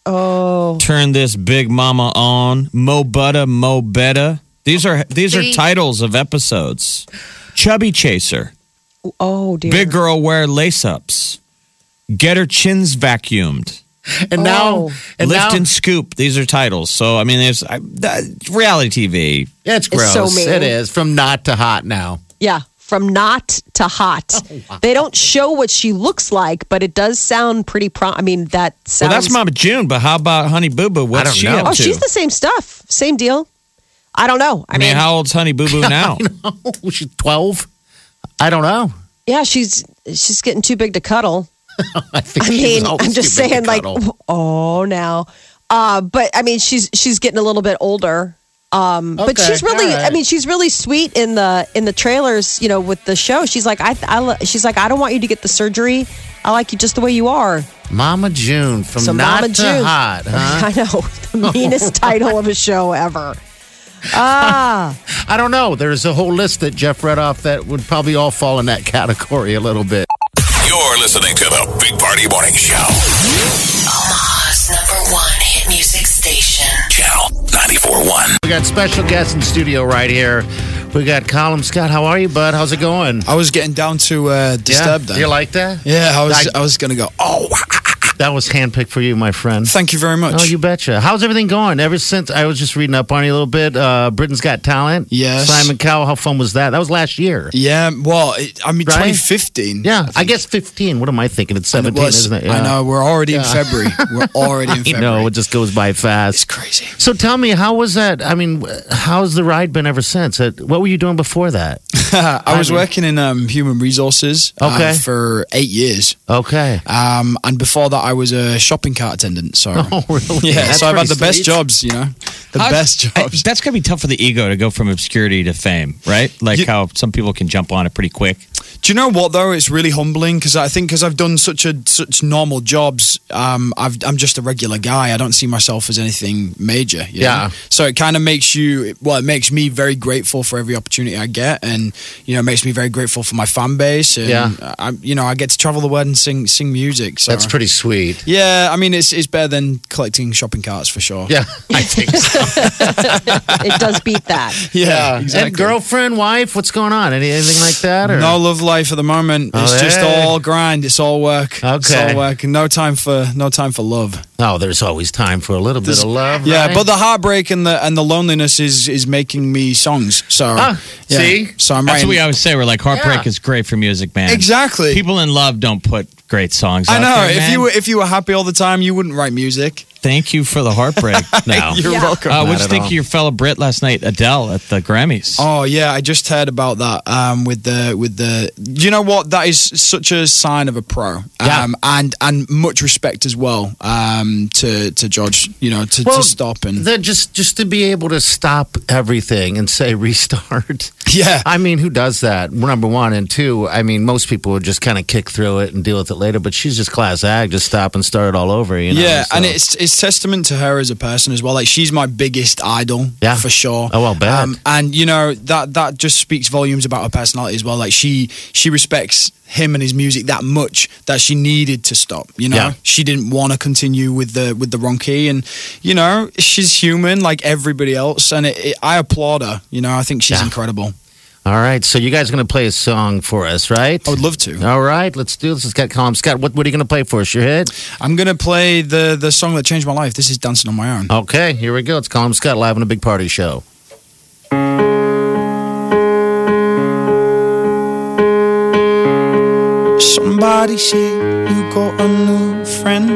Speaker 2: oh,
Speaker 3: Turn this big mama on. Mo butta, mo betta. These are these are titles of episodes. Chubby chaser.
Speaker 2: oh, dear.
Speaker 3: Big girl wear lace ups. Get her chins vacuumed.
Speaker 4: And
Speaker 2: Oh.
Speaker 4: now, and
Speaker 3: Lift
Speaker 4: now,
Speaker 3: and scoop. These are titles. So I mean, there's I, that, reality TV.
Speaker 4: yeah,
Speaker 2: It's
Speaker 4: it's gross.
Speaker 2: so mean.
Speaker 4: it is from not to hot now.
Speaker 2: Yeah, from not to hot. They don't show what she looks like, but it does sound pretty prom. I mean, that
Speaker 3: Well,
Speaker 2: sounds.
Speaker 3: that's Mama June, but how about Honey Boo Boo? What's
Speaker 4: don't
Speaker 3: she
Speaker 4: know.
Speaker 3: up
Speaker 2: Oh,
Speaker 3: to?
Speaker 2: she's the same stuff, same deal. I don't know. I,
Speaker 3: I mean,
Speaker 2: mean,
Speaker 3: how old's Honey Boo Boo now?
Speaker 4: Oh, she's twelve. I don't know.
Speaker 2: yeah, she's she's getting too big to cuddle.
Speaker 4: I think
Speaker 2: I
Speaker 4: she was
Speaker 2: mean,
Speaker 4: always
Speaker 2: I'm just
Speaker 4: too big to
Speaker 2: saying, like,
Speaker 4: cuddle.
Speaker 2: oh, now. Uh, but I mean, she's she's getting a little bit older. Um, but
Speaker 4: Okay,
Speaker 2: she's really,
Speaker 4: all right.
Speaker 2: I mean, she's really sweet in the in the trailers. You know, with the show, she's like, I, I lo- she's like, I don't want you to get the surgery. I like you just the way you are.
Speaker 4: Mama June from
Speaker 2: So
Speaker 4: not
Speaker 2: Mama
Speaker 4: to
Speaker 2: June.
Speaker 4: hot, huh?
Speaker 2: I know the meanest title of a show ever. Ah,
Speaker 4: I don't know. There's a whole list that Jeff read off that would probably all fall in that category a little bit.
Speaker 1: You're listening to the Big Party Morning Show.
Speaker 5: Omaha's number one hit music station.
Speaker 1: Channel 94.1.
Speaker 4: We got special guests in studio right here. We got Colin Scott. How are you, bud? How's it going?
Speaker 6: I was getting down to uh,
Speaker 4: Yeah,
Speaker 6: disturbed.
Speaker 4: you like that?
Speaker 6: yeah, I was.
Speaker 4: Like-
Speaker 6: I was gonna go. Oh,
Speaker 4: That was handpicked for you, my friend.
Speaker 6: thank you very much.
Speaker 4: Oh, you betcha. How's everything going? Ever since I was just reading up on you a little bit, uh, Britain's Got Talent.
Speaker 6: Yes.
Speaker 4: Simon Cowell, how fun was that? That was last year.
Speaker 6: yeah. Well, it, I mean,
Speaker 4: Right?
Speaker 6: 2015.
Speaker 4: Yeah,
Speaker 6: think.
Speaker 4: I, guess 15. What am I thinking? It's
Speaker 6: And
Speaker 4: 17,
Speaker 6: was-
Speaker 4: isn't it? Yeah.
Speaker 6: I know. We're already in February. We're already in
Speaker 4: I
Speaker 6: February.
Speaker 4: know. It just goes by
Speaker 6: it's
Speaker 4: fast.
Speaker 6: crazy.
Speaker 4: So tell me, how was that? I mean, wh- how's the ride been ever since? Uh, What were you doing before that?
Speaker 6: I, was working in um, human resources. uh,
Speaker 4: Okay.
Speaker 6: for eight years.
Speaker 4: Okay.
Speaker 6: Um, and before that, I was a shopping cart attendant. So
Speaker 4: Oh, really?
Speaker 6: yeah,
Speaker 4: That's
Speaker 6: so I've had
Speaker 4: pretty
Speaker 6: the best
Speaker 4: sweet.
Speaker 6: jobs. You know, the
Speaker 3: How-
Speaker 6: best
Speaker 3: I-
Speaker 6: jobs.
Speaker 3: that's gonna be tough for the ego to go from obscurity to fame, right? Like
Speaker 6: You-
Speaker 3: how some people can jump on it pretty quick.
Speaker 6: Do you know what though? It's really humbling because I think because I've done such a such normal jobs, um, I've, I'm just a regular guy. I don't see myself as anything major. you know?
Speaker 4: Yeah.
Speaker 6: So it kind of makes you well, it makes me very grateful for every opportunity I get, and you know, it makes me very grateful for my fan base. And
Speaker 4: Yeah.
Speaker 6: I, you know, I get to travel the world and sing sing music. So
Speaker 4: That's pretty sweet.
Speaker 6: Yeah, I mean, it's it's better than collecting shopping carts for sure.
Speaker 4: Yeah, I think so.
Speaker 2: It does beat that.
Speaker 6: Yeah.
Speaker 4: And
Speaker 6: Exactly.
Speaker 4: girlfriend, wife, what's going on? Any, anything like that? Or?
Speaker 6: No love life at the moment.
Speaker 4: Oh,
Speaker 6: it's just
Speaker 4: hey.
Speaker 6: all grind. It's all work. It's
Speaker 4: Okay.
Speaker 6: all work. No time for no time for love.
Speaker 4: Oh, there's always time for a little bit of love.
Speaker 6: Yeah,
Speaker 4: right?
Speaker 6: but the heartbreak and the and the loneliness is is making me songs. So
Speaker 4: Ah,
Speaker 6: yeah.
Speaker 4: see?
Speaker 6: so I'm
Speaker 3: That's
Speaker 6: writing.
Speaker 3: what we always say. We're like, heartbreak
Speaker 4: Yeah.
Speaker 3: is great for music, man.
Speaker 6: Exactly.
Speaker 3: People in love don't put great songs.
Speaker 6: I
Speaker 3: out
Speaker 6: know.
Speaker 3: there,
Speaker 6: if
Speaker 3: man.
Speaker 6: you were, if you were happy all the time, you wouldn't write music.
Speaker 3: thank you for the heartbreak. now,
Speaker 6: You're welcome.
Speaker 3: uh, what
Speaker 4: Not
Speaker 3: you
Speaker 4: at
Speaker 3: think
Speaker 4: all.
Speaker 3: of your fellow Brit last night, Adele, at the Grammys?
Speaker 6: Oh yeah, I just heard about that um, with the with the. You know what? That is such a sign of a pro.
Speaker 4: Yeah.
Speaker 6: Um, and and much respect as well um, to to George. You know to, to stop and
Speaker 4: the- just just to be able to stop everything and say restart.
Speaker 6: yeah.
Speaker 4: I mean, who does that? Number one and two. I mean, most people would just kind of kick through it and deal with it later. But she's just class act. Just stop and start all over. You know.
Speaker 6: yeah,
Speaker 4: so-
Speaker 6: and it's it's testament to her as a person as well. Like she's my biggest idol,
Speaker 4: Yeah.
Speaker 6: for sure. Um,
Speaker 4: Oh, I'll bet.
Speaker 6: and you know that that just speaks volumes about her personality as well. Like she she respects him and his music that much that she needed to stop. You know,
Speaker 4: Yeah.
Speaker 6: she didn't want to continue with the with the wrong key, and you know she's human like everybody else, and it, it, I applaud her. You know, I think she's
Speaker 4: Yeah.
Speaker 6: incredible.
Speaker 4: all right. So you guys are gonna play a song for us, right?
Speaker 6: I would love to.
Speaker 4: All right, let's do this. Let's get calm, Scott. What what are you gonna play for us? Your hit?
Speaker 6: I'm gonna play the the song that changed my life. This is dancing on my own.
Speaker 4: Okay, here we go. It's Colin Scott live on a big party show.
Speaker 6: Somebody said you got a new friend.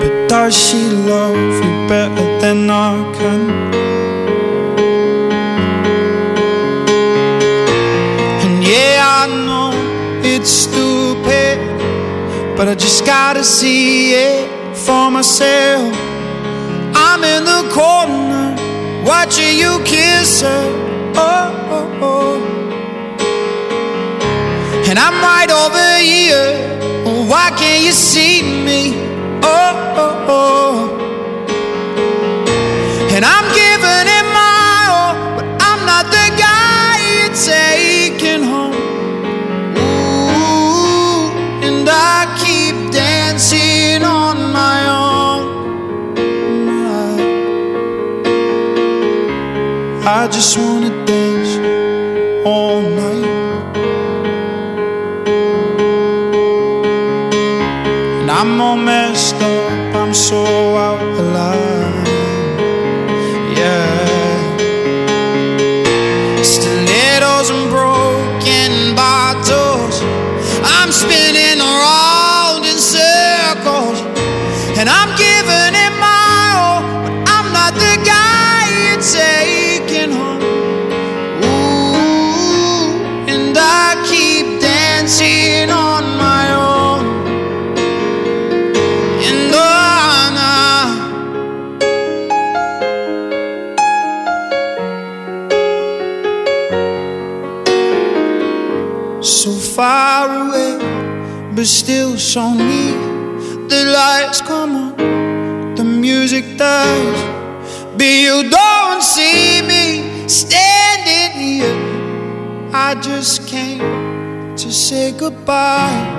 Speaker 6: But does she love you better than I can? And yeah, I know it's stupid, but I just gotta see it for myself. I'm in the corner watching you kiss her. Oh, oh, oh. and I'm right over here. Oh, why can't you see me? Oh, oh, oh. and I'm giving it my all, but I'm not the guy you're taking home. Ooh, and I keep dancing on my own. I just wanna dance all night. And I'm all messed up, I'm so out of line. Yeah. Stilettos and broken bottles. I'm spinning around in circles. And I'm giving it my all, but I'm not the guy you're taking home. Ooh, and I keep dancing on my own. And on I, uh. so far away, but still so near. The lights come on the music dies. But you don't see me standing here. I just came to say goodbye.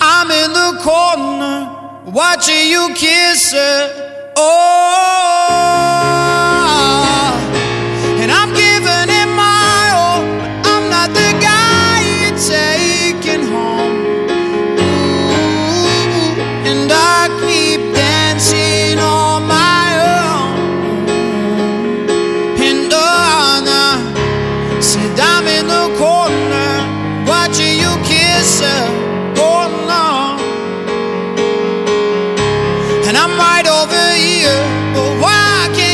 Speaker 6: I'm in the corner watching you kiss her. Oh. And I'm giving it my all, but I'm not the guy you're taking home. And I keep dancing on my own. And on I said I'm in the corner watching you kiss her. Oh no. And I'm right over here, but why can't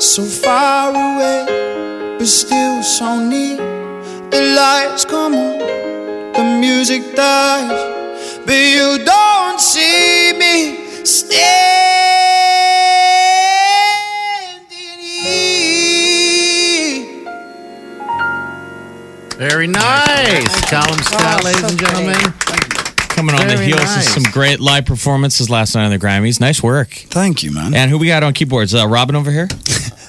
Speaker 6: so far away, but still so near. The lights come on, the music dies, but you don't see me standing here.
Speaker 4: Very nice. Column Scott, ladies and gentlemen.
Speaker 3: Coming on the
Speaker 4: Very
Speaker 3: heels
Speaker 4: nice.
Speaker 3: of some great live performances last night on the Grammys. Nice work.
Speaker 7: Thank you, man.
Speaker 3: And who we got on keyboards? Uh, Robin over here.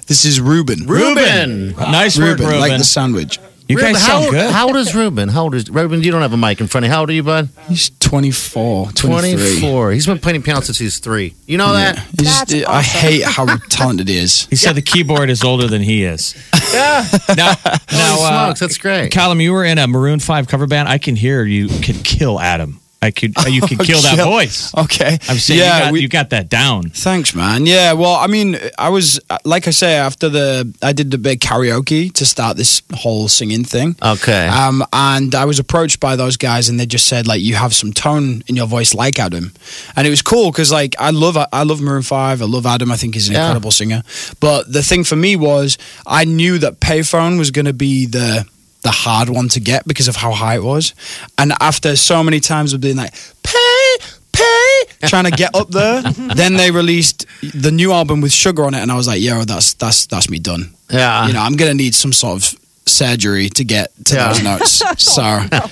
Speaker 7: This is Ruben.
Speaker 4: Ruben.
Speaker 3: nice work,
Speaker 7: Ruben,
Speaker 3: Ruben.
Speaker 7: like the sandwich.
Speaker 3: you
Speaker 4: Ruben,
Speaker 3: guys
Speaker 4: how,
Speaker 3: sound good.
Speaker 4: How old is Ruben? How old is Ruben? You don't have a mic in front of you. How old are you, bud?
Speaker 7: He's 24, 23.
Speaker 4: 24. He's been playing piano since he's three. You know
Speaker 7: Yeah.
Speaker 4: that?
Speaker 7: He's just- I hate how talented he is.
Speaker 3: he said the keyboard is older than he is. Yeah. Now, now
Speaker 4: Holy
Speaker 3: uh,
Speaker 4: smokes, that's great.
Speaker 3: Colin, you were in a Maroon Five cover band. I can hear you could kill Adam. I could. uh, You could kill that
Speaker 7: Kill-
Speaker 3: voice.
Speaker 7: Okay.
Speaker 3: I'm saying
Speaker 7: yeah,
Speaker 3: you, got,
Speaker 7: we-
Speaker 3: you got that down.
Speaker 7: Thanks, man. Yeah, well, I mean, I was like I say after the I did the big karaoke to start this whole singing thing.
Speaker 4: Okay.
Speaker 7: Um, and I was approached by those guys, and they just said like, "You have some tone in your voice, like Adam," and it was cool because like I love I love Maroon Five, I love Adam, I think he's an
Speaker 4: Yeah.
Speaker 7: incredible singer. But the thing for me was I knew that Payphone was going to be the the hard one to get because of how high it was, and after so many times of being like pay pay trying to get up there, then they released the new album with Sugar on it, and I was like, "Yo, that's that's that's me done."
Speaker 4: Yeah.
Speaker 7: you know, I'm gonna need some sort of surgery to get to
Speaker 4: Yeah.
Speaker 7: those notes.
Speaker 3: Oh,
Speaker 7: So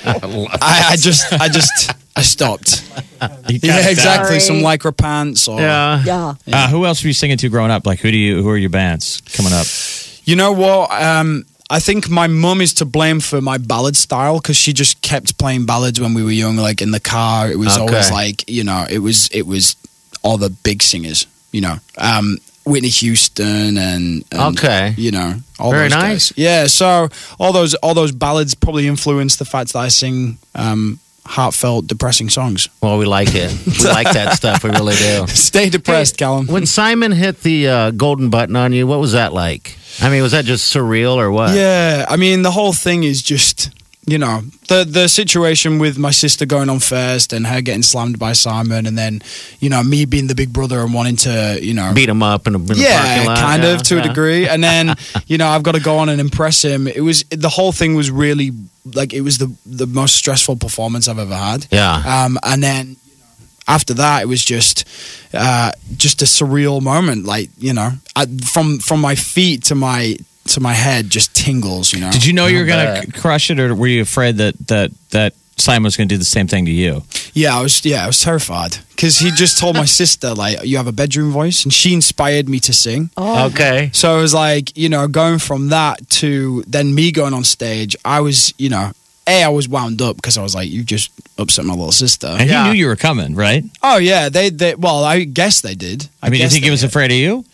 Speaker 7: I, I just, I just, I stopped.
Speaker 3: You got
Speaker 7: Yeah,
Speaker 3: that.
Speaker 7: exactly. Some lycra pants, or
Speaker 4: yeah.
Speaker 2: Yeah.
Speaker 3: Uh, who else were you singing to growing up? Like who do you? Who are your bands coming up?
Speaker 7: you know what? Um, I think my mum is to blame for my ballad style because she just kept playing ballads when we were young, like in the car. It was
Speaker 4: Okay.
Speaker 7: always like, you know, it was, it was all the big singers, you know. Um, Whitney Houston and, and
Speaker 4: Okay.
Speaker 7: you know, all
Speaker 4: Very
Speaker 7: those
Speaker 4: nice.
Speaker 7: guys. Yeah, so all those all those ballads probably influence the fact that I sing um, heartfelt, depressing songs.
Speaker 4: Well, we like it. We like that stuff. We really do.
Speaker 7: Stay depressed, Callum.
Speaker 4: When Simon hit the uh, golden button on you, what was that like? I mean, was that just surreal or what?
Speaker 7: Yeah, I mean the whole thing is just you know the the situation with my sister going on first and her getting slammed by Simon, and then you know me being the big brother and wanting to you know
Speaker 4: Beat him up in, a, in the
Speaker 7: yeah,
Speaker 4: parking lot.
Speaker 7: kind
Speaker 4: yeah,
Speaker 7: of to
Speaker 4: yeah.
Speaker 7: a degree. And then you know I've got to go on and impress him. It was the whole thing was really like it was the the most stressful performance I've ever had.
Speaker 4: Yeah.
Speaker 7: Um, and then you know, after that, it was just uh, just a surreal moment. Like you know, I, from from my feet to my to my head, just tingles. You know.
Speaker 3: Did you know you were
Speaker 4: I'll
Speaker 3: gonna c- crush it, or were you afraid that that that Simon was gonna do the same thing to you?
Speaker 7: Yeah, I was. Yeah, I was terrified because he just told my sister like, "You have a bedroom voice," and she inspired me to sing.
Speaker 3: Oh.
Speaker 4: Okay.
Speaker 7: So it was like, you know, going from that to then me going on stage, I was, you know, A, I was wound up because I was like, you just upset my little sister.
Speaker 3: And
Speaker 4: Yeah.
Speaker 3: he knew you were coming, right?
Speaker 7: Oh, yeah. They, they, well, I guess they did.
Speaker 3: I, mean, you
Speaker 7: guess
Speaker 3: think
Speaker 7: they
Speaker 3: he was
Speaker 7: did.
Speaker 3: afraid of you?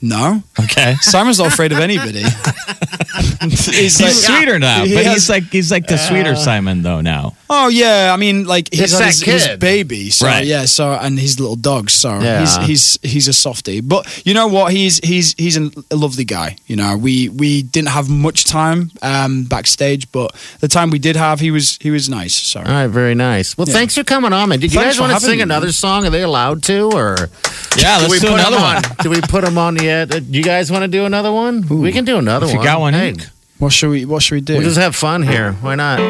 Speaker 7: No.
Speaker 3: Okay.
Speaker 7: Simon's not afraid of anybody. he's
Speaker 3: He's
Speaker 7: like,
Speaker 3: sweeter now,
Speaker 7: He
Speaker 3: but
Speaker 7: has-
Speaker 3: he's like he's like the sweeter Simon though now.
Speaker 7: oh, yeah. I mean, like, he's
Speaker 4: It's
Speaker 7: had
Speaker 4: that
Speaker 7: his, his
Speaker 4: kid.
Speaker 7: baby. So,
Speaker 3: Right.
Speaker 7: yeah. So, and his little dog. So,
Speaker 4: Yeah.
Speaker 7: he's, he's, he's a softie. But you know what? He's, he's, he's an- a lovely guy. You know, we, we didn't have much time um, backstage, but the time we did have, he was, he was nice. So,
Speaker 4: All right, very nice. Well, thanks for coming on, man. Did you
Speaker 7: Thanks
Speaker 4: guys
Speaker 7: for
Speaker 4: want to
Speaker 7: having
Speaker 4: sing
Speaker 7: me,
Speaker 4: another
Speaker 7: man.
Speaker 4: song? Are they allowed to, or
Speaker 3: Yeah,
Speaker 4: Did
Speaker 3: let's do
Speaker 4: put
Speaker 3: another
Speaker 4: 'em
Speaker 3: one.
Speaker 4: on? Do we put them on yet? Uh, Do you guys want to do another one? we can do another
Speaker 3: If
Speaker 4: one.
Speaker 3: you got one,
Speaker 4: hey,
Speaker 3: you-
Speaker 7: What should we? What should we do?
Speaker 4: we'll just have fun here. Why not?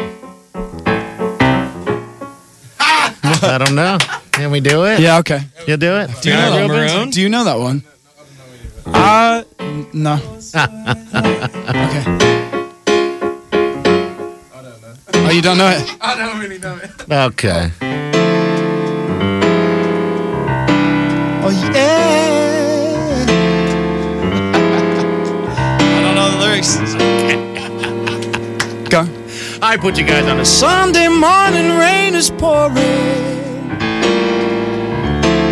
Speaker 4: I don't know. Can we do it?
Speaker 7: yeah. Okay.
Speaker 4: You'll do it.
Speaker 3: Do you know
Speaker 4: All right,
Speaker 3: that,
Speaker 4: Ruben?
Speaker 3: Maroon?
Speaker 7: Do you know that one? Uh, n- no. okay. Oh, you don't know it?
Speaker 4: Okay.
Speaker 7: Oh, yeah. I don't know the lyrics. Go.
Speaker 4: I put you guys on a.
Speaker 7: Sunday morning rain is pouring.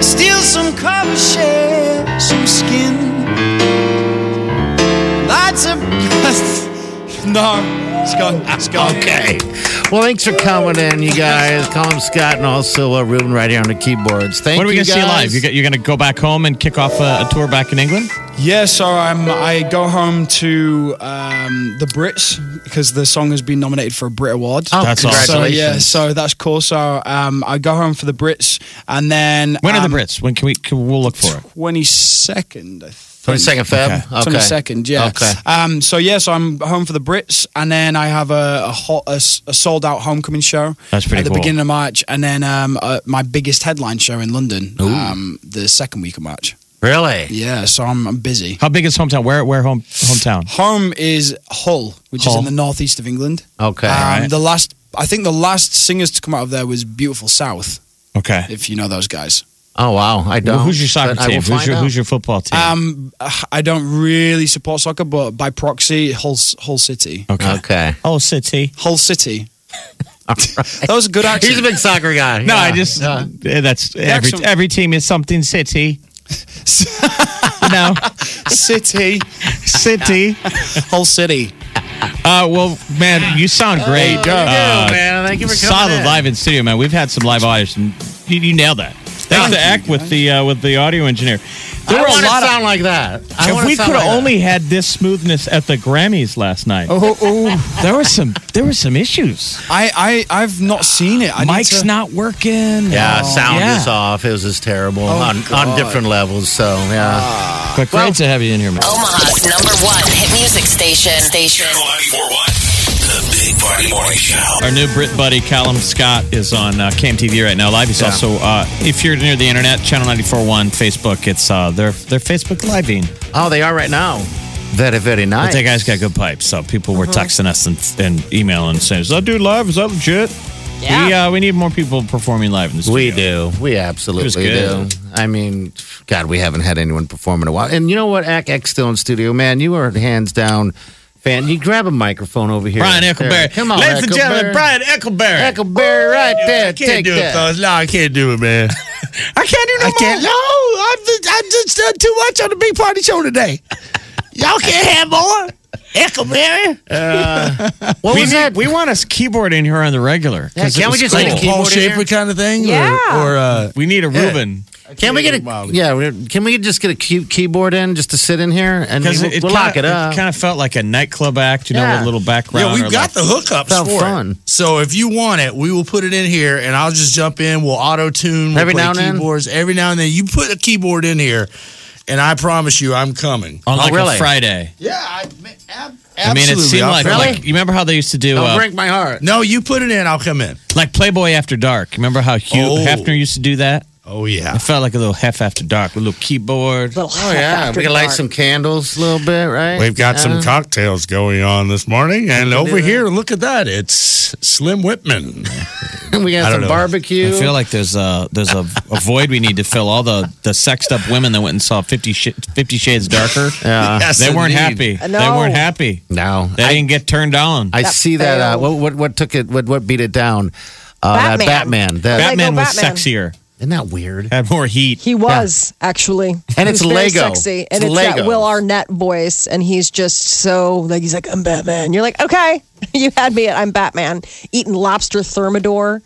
Speaker 7: Steal some cover, share some skin. Lights up. no, it's gone. It's gone.
Speaker 4: Okay. Well, thanks for coming in, you guys. Colin Scott and also uh, Ruben right here on the keyboards. Thank
Speaker 3: What are we
Speaker 4: you
Speaker 3: gonna see
Speaker 4: guys.
Speaker 3: live? You, you're gonna go back home and kick off a, a uh, tour back in England?
Speaker 7: Yeah, so um, I go home to um, the Brits because the song has been nominated for a Brit Award.
Speaker 4: Oh, That's awesome.
Speaker 7: So, yeah,
Speaker 4: congratulations.
Speaker 7: so that's cool. So um, I go home for the Brits, and then
Speaker 3: When are
Speaker 7: um,
Speaker 3: the Brits? When can we? Can, we'll look for it.
Speaker 7: Twenty second, I think.
Speaker 4: 22nd Feb? Okay.
Speaker 7: Twenty second, yeah.
Speaker 4: Okay.
Speaker 7: Um, so yeah, so I'm home for the Brits, and then I have a a, hot, a, sold out homecoming show.
Speaker 3: That's pretty
Speaker 7: At the
Speaker 3: cool.
Speaker 7: beginning of March, and then um, uh, my biggest headline show in London, um, the second week of March.
Speaker 4: Really?
Speaker 7: Yeah, so I'm, I'm busy.
Speaker 3: How big is hometown? Where? Where home? Hometown?
Speaker 7: Home is Hull, which
Speaker 3: Hull.
Speaker 7: is in the northeast of England.
Speaker 4: Okay.
Speaker 7: Um,
Speaker 3: Alright.
Speaker 7: The last, I think, the last singers to come out of there was Beautiful South.
Speaker 3: Okay.
Speaker 7: If you know those guys,
Speaker 4: Oh wow, I don't.
Speaker 3: Well, who's your soccer
Speaker 4: but I will
Speaker 3: team? Who's
Speaker 4: find
Speaker 3: your,
Speaker 4: out. Uh,
Speaker 3: who's your football team?
Speaker 7: um, I don't really support soccer, but by proxy, Hull, Hull City,
Speaker 3: okay.
Speaker 4: Okay.
Speaker 3: Oh, city.
Speaker 7: Hull City.
Speaker 4: All right.
Speaker 7: That was a good accent.
Speaker 4: He's a big soccer guy.
Speaker 3: No,
Speaker 4: Yeah.
Speaker 3: I just
Speaker 4: Yeah.
Speaker 3: eh, that's every
Speaker 7: Jackson-
Speaker 3: every team is something city. no,
Speaker 7: city,
Speaker 3: city.
Speaker 7: Hull City.
Speaker 3: Uh, well, man, you sound great.
Speaker 4: Oh, you do,
Speaker 3: Uh,
Speaker 4: man. Thank you for coming
Speaker 3: Solid
Speaker 4: in.
Speaker 3: live in studio, man. We've had some live audience, and you, you nailed that. Thanks to Eck with the uh, with the audio engineer. There
Speaker 4: I
Speaker 3: were
Speaker 4: want
Speaker 3: a
Speaker 4: to
Speaker 3: lot
Speaker 4: sound
Speaker 3: of.
Speaker 4: like that. I
Speaker 3: If
Speaker 4: wanna
Speaker 3: we
Speaker 4: sound
Speaker 3: could have
Speaker 4: like
Speaker 3: only had this smoothness at the Grammys last night,
Speaker 7: Oh, oh.
Speaker 3: there was some there were some issues.
Speaker 7: I, I, I've not seen it. I need
Speaker 3: Mike's
Speaker 7: to-
Speaker 3: not working. Oh.
Speaker 4: that. Oh, Yeah, Oh, sound
Speaker 3: Yeah.
Speaker 4: is off. It was just terrible on, on
Speaker 7: God.
Speaker 4: different levels. So yeah,
Speaker 3: But great to have you in here, man.
Speaker 7: Oh.
Speaker 5: Omaha's number one hit music station. Station.
Speaker 1: Channel 94.1. The Big Party Morning Show.
Speaker 3: Our new Brit buddy Callum Scott is on uh, Cam TV right now live. He's also, uh, if you're near the internet, Channel 94.1, Facebook. It's uh, they're they're Facebook living,
Speaker 4: oh, they are right now. Very very
Speaker 3: but
Speaker 4: nice.
Speaker 3: that guy's got good pipes. So people
Speaker 4: Uh-huh.
Speaker 3: were texting us and, and emailing saying, "Is that dude live? Is that legit?"
Speaker 2: Yeah.
Speaker 3: We, uh, we need more people performing live in the studio.
Speaker 4: We do. We absolutely do.
Speaker 3: good.
Speaker 4: I mean, God, we haven't had anyone perform in a while. And you know what? Act X still in studio, man. You are hands down fan. You grab a microphone over here,
Speaker 3: Brian
Speaker 4: There.
Speaker 3: Eckleberry,
Speaker 4: Come on,
Speaker 3: ladies and gentlemen,
Speaker 4: Eckleberry.
Speaker 3: Brian Eckleberry.
Speaker 4: Eckleberry, right there.
Speaker 3: I can't
Speaker 4: Take
Speaker 3: do it,
Speaker 4: that.
Speaker 3: fellas.
Speaker 4: No, I can't do it, man.
Speaker 3: I can't do no
Speaker 4: I can't. No, I've, I've just done too much on the big party show today. Y'all can't have more. Eckleberry. Uh, what
Speaker 3: We,
Speaker 4: was
Speaker 3: need,
Speaker 4: that?
Speaker 3: we want us keyboard in here on the regular.
Speaker 4: Yeah,
Speaker 3: 'cause it
Speaker 4: can't we
Speaker 3: was
Speaker 4: just
Speaker 3: cool.
Speaker 4: like a keyboard in here?
Speaker 8: kind of thing?
Speaker 2: Yeah.
Speaker 8: Or, or uh,
Speaker 3: We need a
Speaker 8: Yeah.
Speaker 3: Reuben.
Speaker 4: Can we get a
Speaker 8: Molly.
Speaker 4: yeah? we- Can we just get a key, keyboard in just to sit in here and we'll,
Speaker 3: Because it,
Speaker 4: we'll lock it up?
Speaker 3: kind of felt like a nightclub act, you know,
Speaker 4: Yeah.
Speaker 3: with a little background.
Speaker 8: yeah,
Speaker 3: or
Speaker 8: we've got
Speaker 3: like-
Speaker 8: the hookups
Speaker 4: Sounds
Speaker 8: for
Speaker 4: fun.
Speaker 8: it. So if you want it, we will put it in here, and I'll just jump in. We'll auto tune. We'll
Speaker 4: Every
Speaker 8: play
Speaker 4: now and then?
Speaker 8: keyboards every now and then. You put a keyboard in here, and I promise you, I'm coming.
Speaker 3: on
Speaker 4: Oh,
Speaker 3: like
Speaker 4: really?
Speaker 3: a Friday.
Speaker 8: Yeah, I, ab- absolutely.
Speaker 3: I mean, it seemed
Speaker 8: I'll
Speaker 3: like,
Speaker 8: come.
Speaker 3: like- you remember how they used to do
Speaker 4: Don't
Speaker 3: uh,
Speaker 4: break my heart.
Speaker 8: no, you put it in, I'll come in.
Speaker 3: like Playboy After Dark. Remember how Hugh
Speaker 8: Oh.
Speaker 3: Hefner used to do that?
Speaker 8: Oh yeah.
Speaker 3: It felt like a little Hef After Dark, with a little keyboard.
Speaker 2: Little
Speaker 4: Oh yeah, we can light some candles a little bit, right?
Speaker 8: We've got some
Speaker 4: Uh,
Speaker 8: cocktails going on this morning, and over
Speaker 4: that.
Speaker 8: here, look at that. It's Slim Whitman.
Speaker 4: we
Speaker 8: I
Speaker 4: got
Speaker 8: don't
Speaker 4: some
Speaker 8: know.
Speaker 4: barbecue.
Speaker 3: I feel like there's a there's a, a void we need to fill. All the the sexed up women that went and saw Fifty, sh- 50 Shades Darker,
Speaker 4: yeah.
Speaker 8: Yes,
Speaker 3: they weren't
Speaker 8: indeed.
Speaker 3: happy. They
Speaker 2: No.
Speaker 3: weren't happy.
Speaker 4: No,
Speaker 3: They didn't get turned on.
Speaker 4: I
Speaker 2: That
Speaker 4: see that. Uh,
Speaker 2: failed.
Speaker 4: what, what what took it? What what beat it down? Uh, That
Speaker 2: Batman.
Speaker 4: Batman. That,
Speaker 2: Bat- Lego
Speaker 3: Batman was
Speaker 2: Batman.
Speaker 3: sexier,
Speaker 4: isn't that weird?
Speaker 3: had more heat.
Speaker 2: He was actually,
Speaker 4: And
Speaker 2: He
Speaker 4: it's
Speaker 2: was very
Speaker 4: Lego.
Speaker 2: sexy,
Speaker 4: It's
Speaker 2: and it's,
Speaker 4: Lego.
Speaker 2: that Will Arnett voice, and he's just so like he's like I'm Batman. You're like okay, you had me at I'm Batman eating lobster thermidor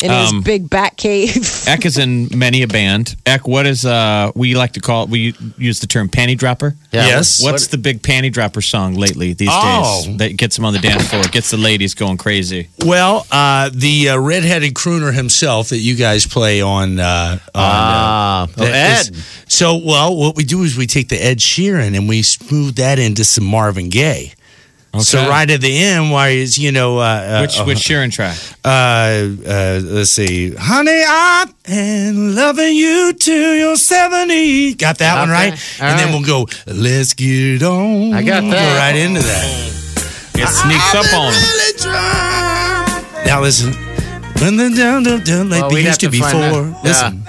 Speaker 2: in
Speaker 3: Um,
Speaker 2: his big bat cave.
Speaker 3: Eck is in many a band. Eck, what is uh we like to call we use the term panty dropper?
Speaker 4: Yeah.
Speaker 8: Yes.
Speaker 3: What's the big panty dropper song lately these
Speaker 8: Oh.
Speaker 3: days that gets them on the dance floor, gets the ladies going crazy?
Speaker 8: Well, uh, the uh, redheaded crooner himself that you guys play on. Uh, on
Speaker 4: Ah,
Speaker 8: uh,
Speaker 4: oh, Ed.
Speaker 8: is- so, well, what we do is we take the Ed Sheeran and we smooth that into some Marvin Gaye. So
Speaker 3: Okay.
Speaker 8: right at the end, why is you know uh,
Speaker 3: Which
Speaker 8: uh,
Speaker 3: which Sharon track?
Speaker 8: uh, uh, let's see, honey, I'm in loving you till you're seventy. Got that one
Speaker 4: Okay.
Speaker 8: right,
Speaker 4: All right.
Speaker 8: and then we'll go. Let's get it on.
Speaker 4: I got
Speaker 8: Go
Speaker 4: that.
Speaker 8: right into that.
Speaker 3: It sneaks up on them.
Speaker 8: Now listen. When the down down down like
Speaker 4: Well,
Speaker 8: they
Speaker 4: we'd
Speaker 8: used to
Speaker 4: have to
Speaker 8: before.
Speaker 4: find that.
Speaker 8: Listen.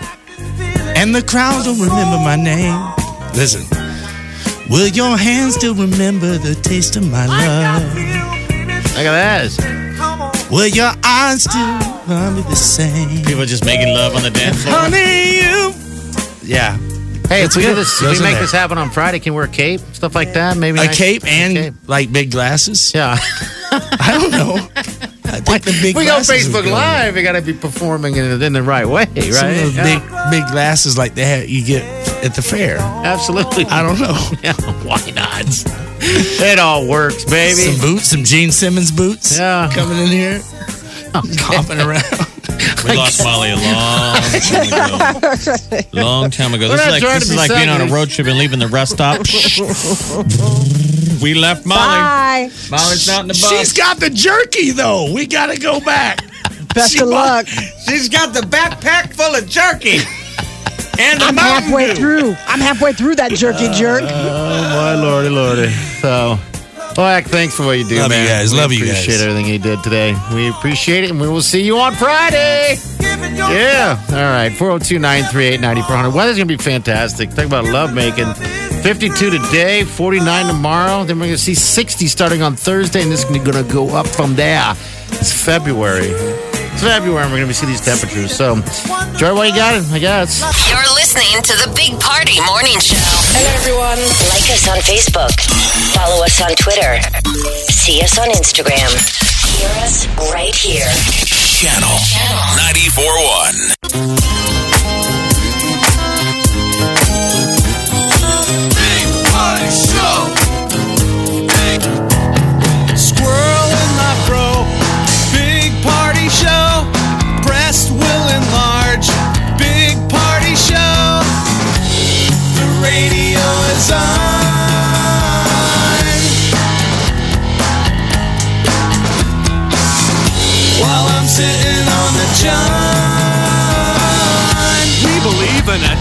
Speaker 8: And the crowd don't remember my name. Listen. Will your hands still remember the taste of my love?
Speaker 4: Look at that.
Speaker 8: Will your eyes still remember the same?
Speaker 3: People just making love on the dance floor.
Speaker 8: Honey, you. Yeah.
Speaker 4: Hey, if we, do this, if we
Speaker 8: Goes in
Speaker 4: make
Speaker 8: there.
Speaker 4: this happen on Friday, can we wear a cape, stuff like that? Maybe
Speaker 8: A
Speaker 4: nice-
Speaker 8: cape and
Speaker 4: cape.
Speaker 8: like big glasses.
Speaker 4: yeah.
Speaker 8: I don't know. I think the big
Speaker 4: we go
Speaker 8: glasses would
Speaker 4: Facebook
Speaker 8: go.
Speaker 4: Live. You got to be performing in, in the right way, right?
Speaker 8: Some of those
Speaker 4: Yeah.
Speaker 8: big, big glasses like that you get at the fair.
Speaker 4: Absolutely.
Speaker 8: I don't know.
Speaker 4: Yeah, why not? It all works, baby.
Speaker 8: Some boots, some Gene Simmons boots.
Speaker 4: Yeah.
Speaker 8: Coming in here, hopping around.
Speaker 3: We lost Molly a long time ago. Long time ago. This is
Speaker 4: We're not
Speaker 3: like,
Speaker 4: trying
Speaker 3: this is
Speaker 4: to be
Speaker 3: like being on a
Speaker 4: selfish.
Speaker 3: road trip and leaving the rest stop. we left Molly.
Speaker 9: Bye.
Speaker 3: Molly's not in the bus.
Speaker 8: She's got the jerky though. We gotta go back.
Speaker 9: Best
Speaker 8: She
Speaker 9: of luck.
Speaker 3: She's got the backpack full of jerky. And
Speaker 9: I'm halfway through. I'm halfway through that jerky jerk.
Speaker 4: My lordy, lordy. So, Black, thanks for what you do,
Speaker 8: Love you
Speaker 4: man.
Speaker 8: guys,
Speaker 4: We
Speaker 8: love you
Speaker 4: appreciate
Speaker 8: guys.
Speaker 4: everything you did today. We appreciate it, and we will see you on Friday. Yeah. All right. 402 938 9400. Weather's going to be fantastic. Talk about love making. 52 today, 49 tomorrow. Then we're going to see 60 starting on Thursday, and this is going to go up from there. It's February. It's February, and we're going to see these temperatures. So, enjoy what you got, I guess.
Speaker 5: You're listening to the Big Party Morning Show. Hello, everyone. Like us on Facebook. Follow us on Twitter. See us on Instagram. Hear us right here.
Speaker 1: Channel 941.
Speaker 10: Squirrel in my fro. Big party show. Breast will enlarge. Big party show. The radio is on. While I'm sitting on the john.
Speaker 11: We believe in a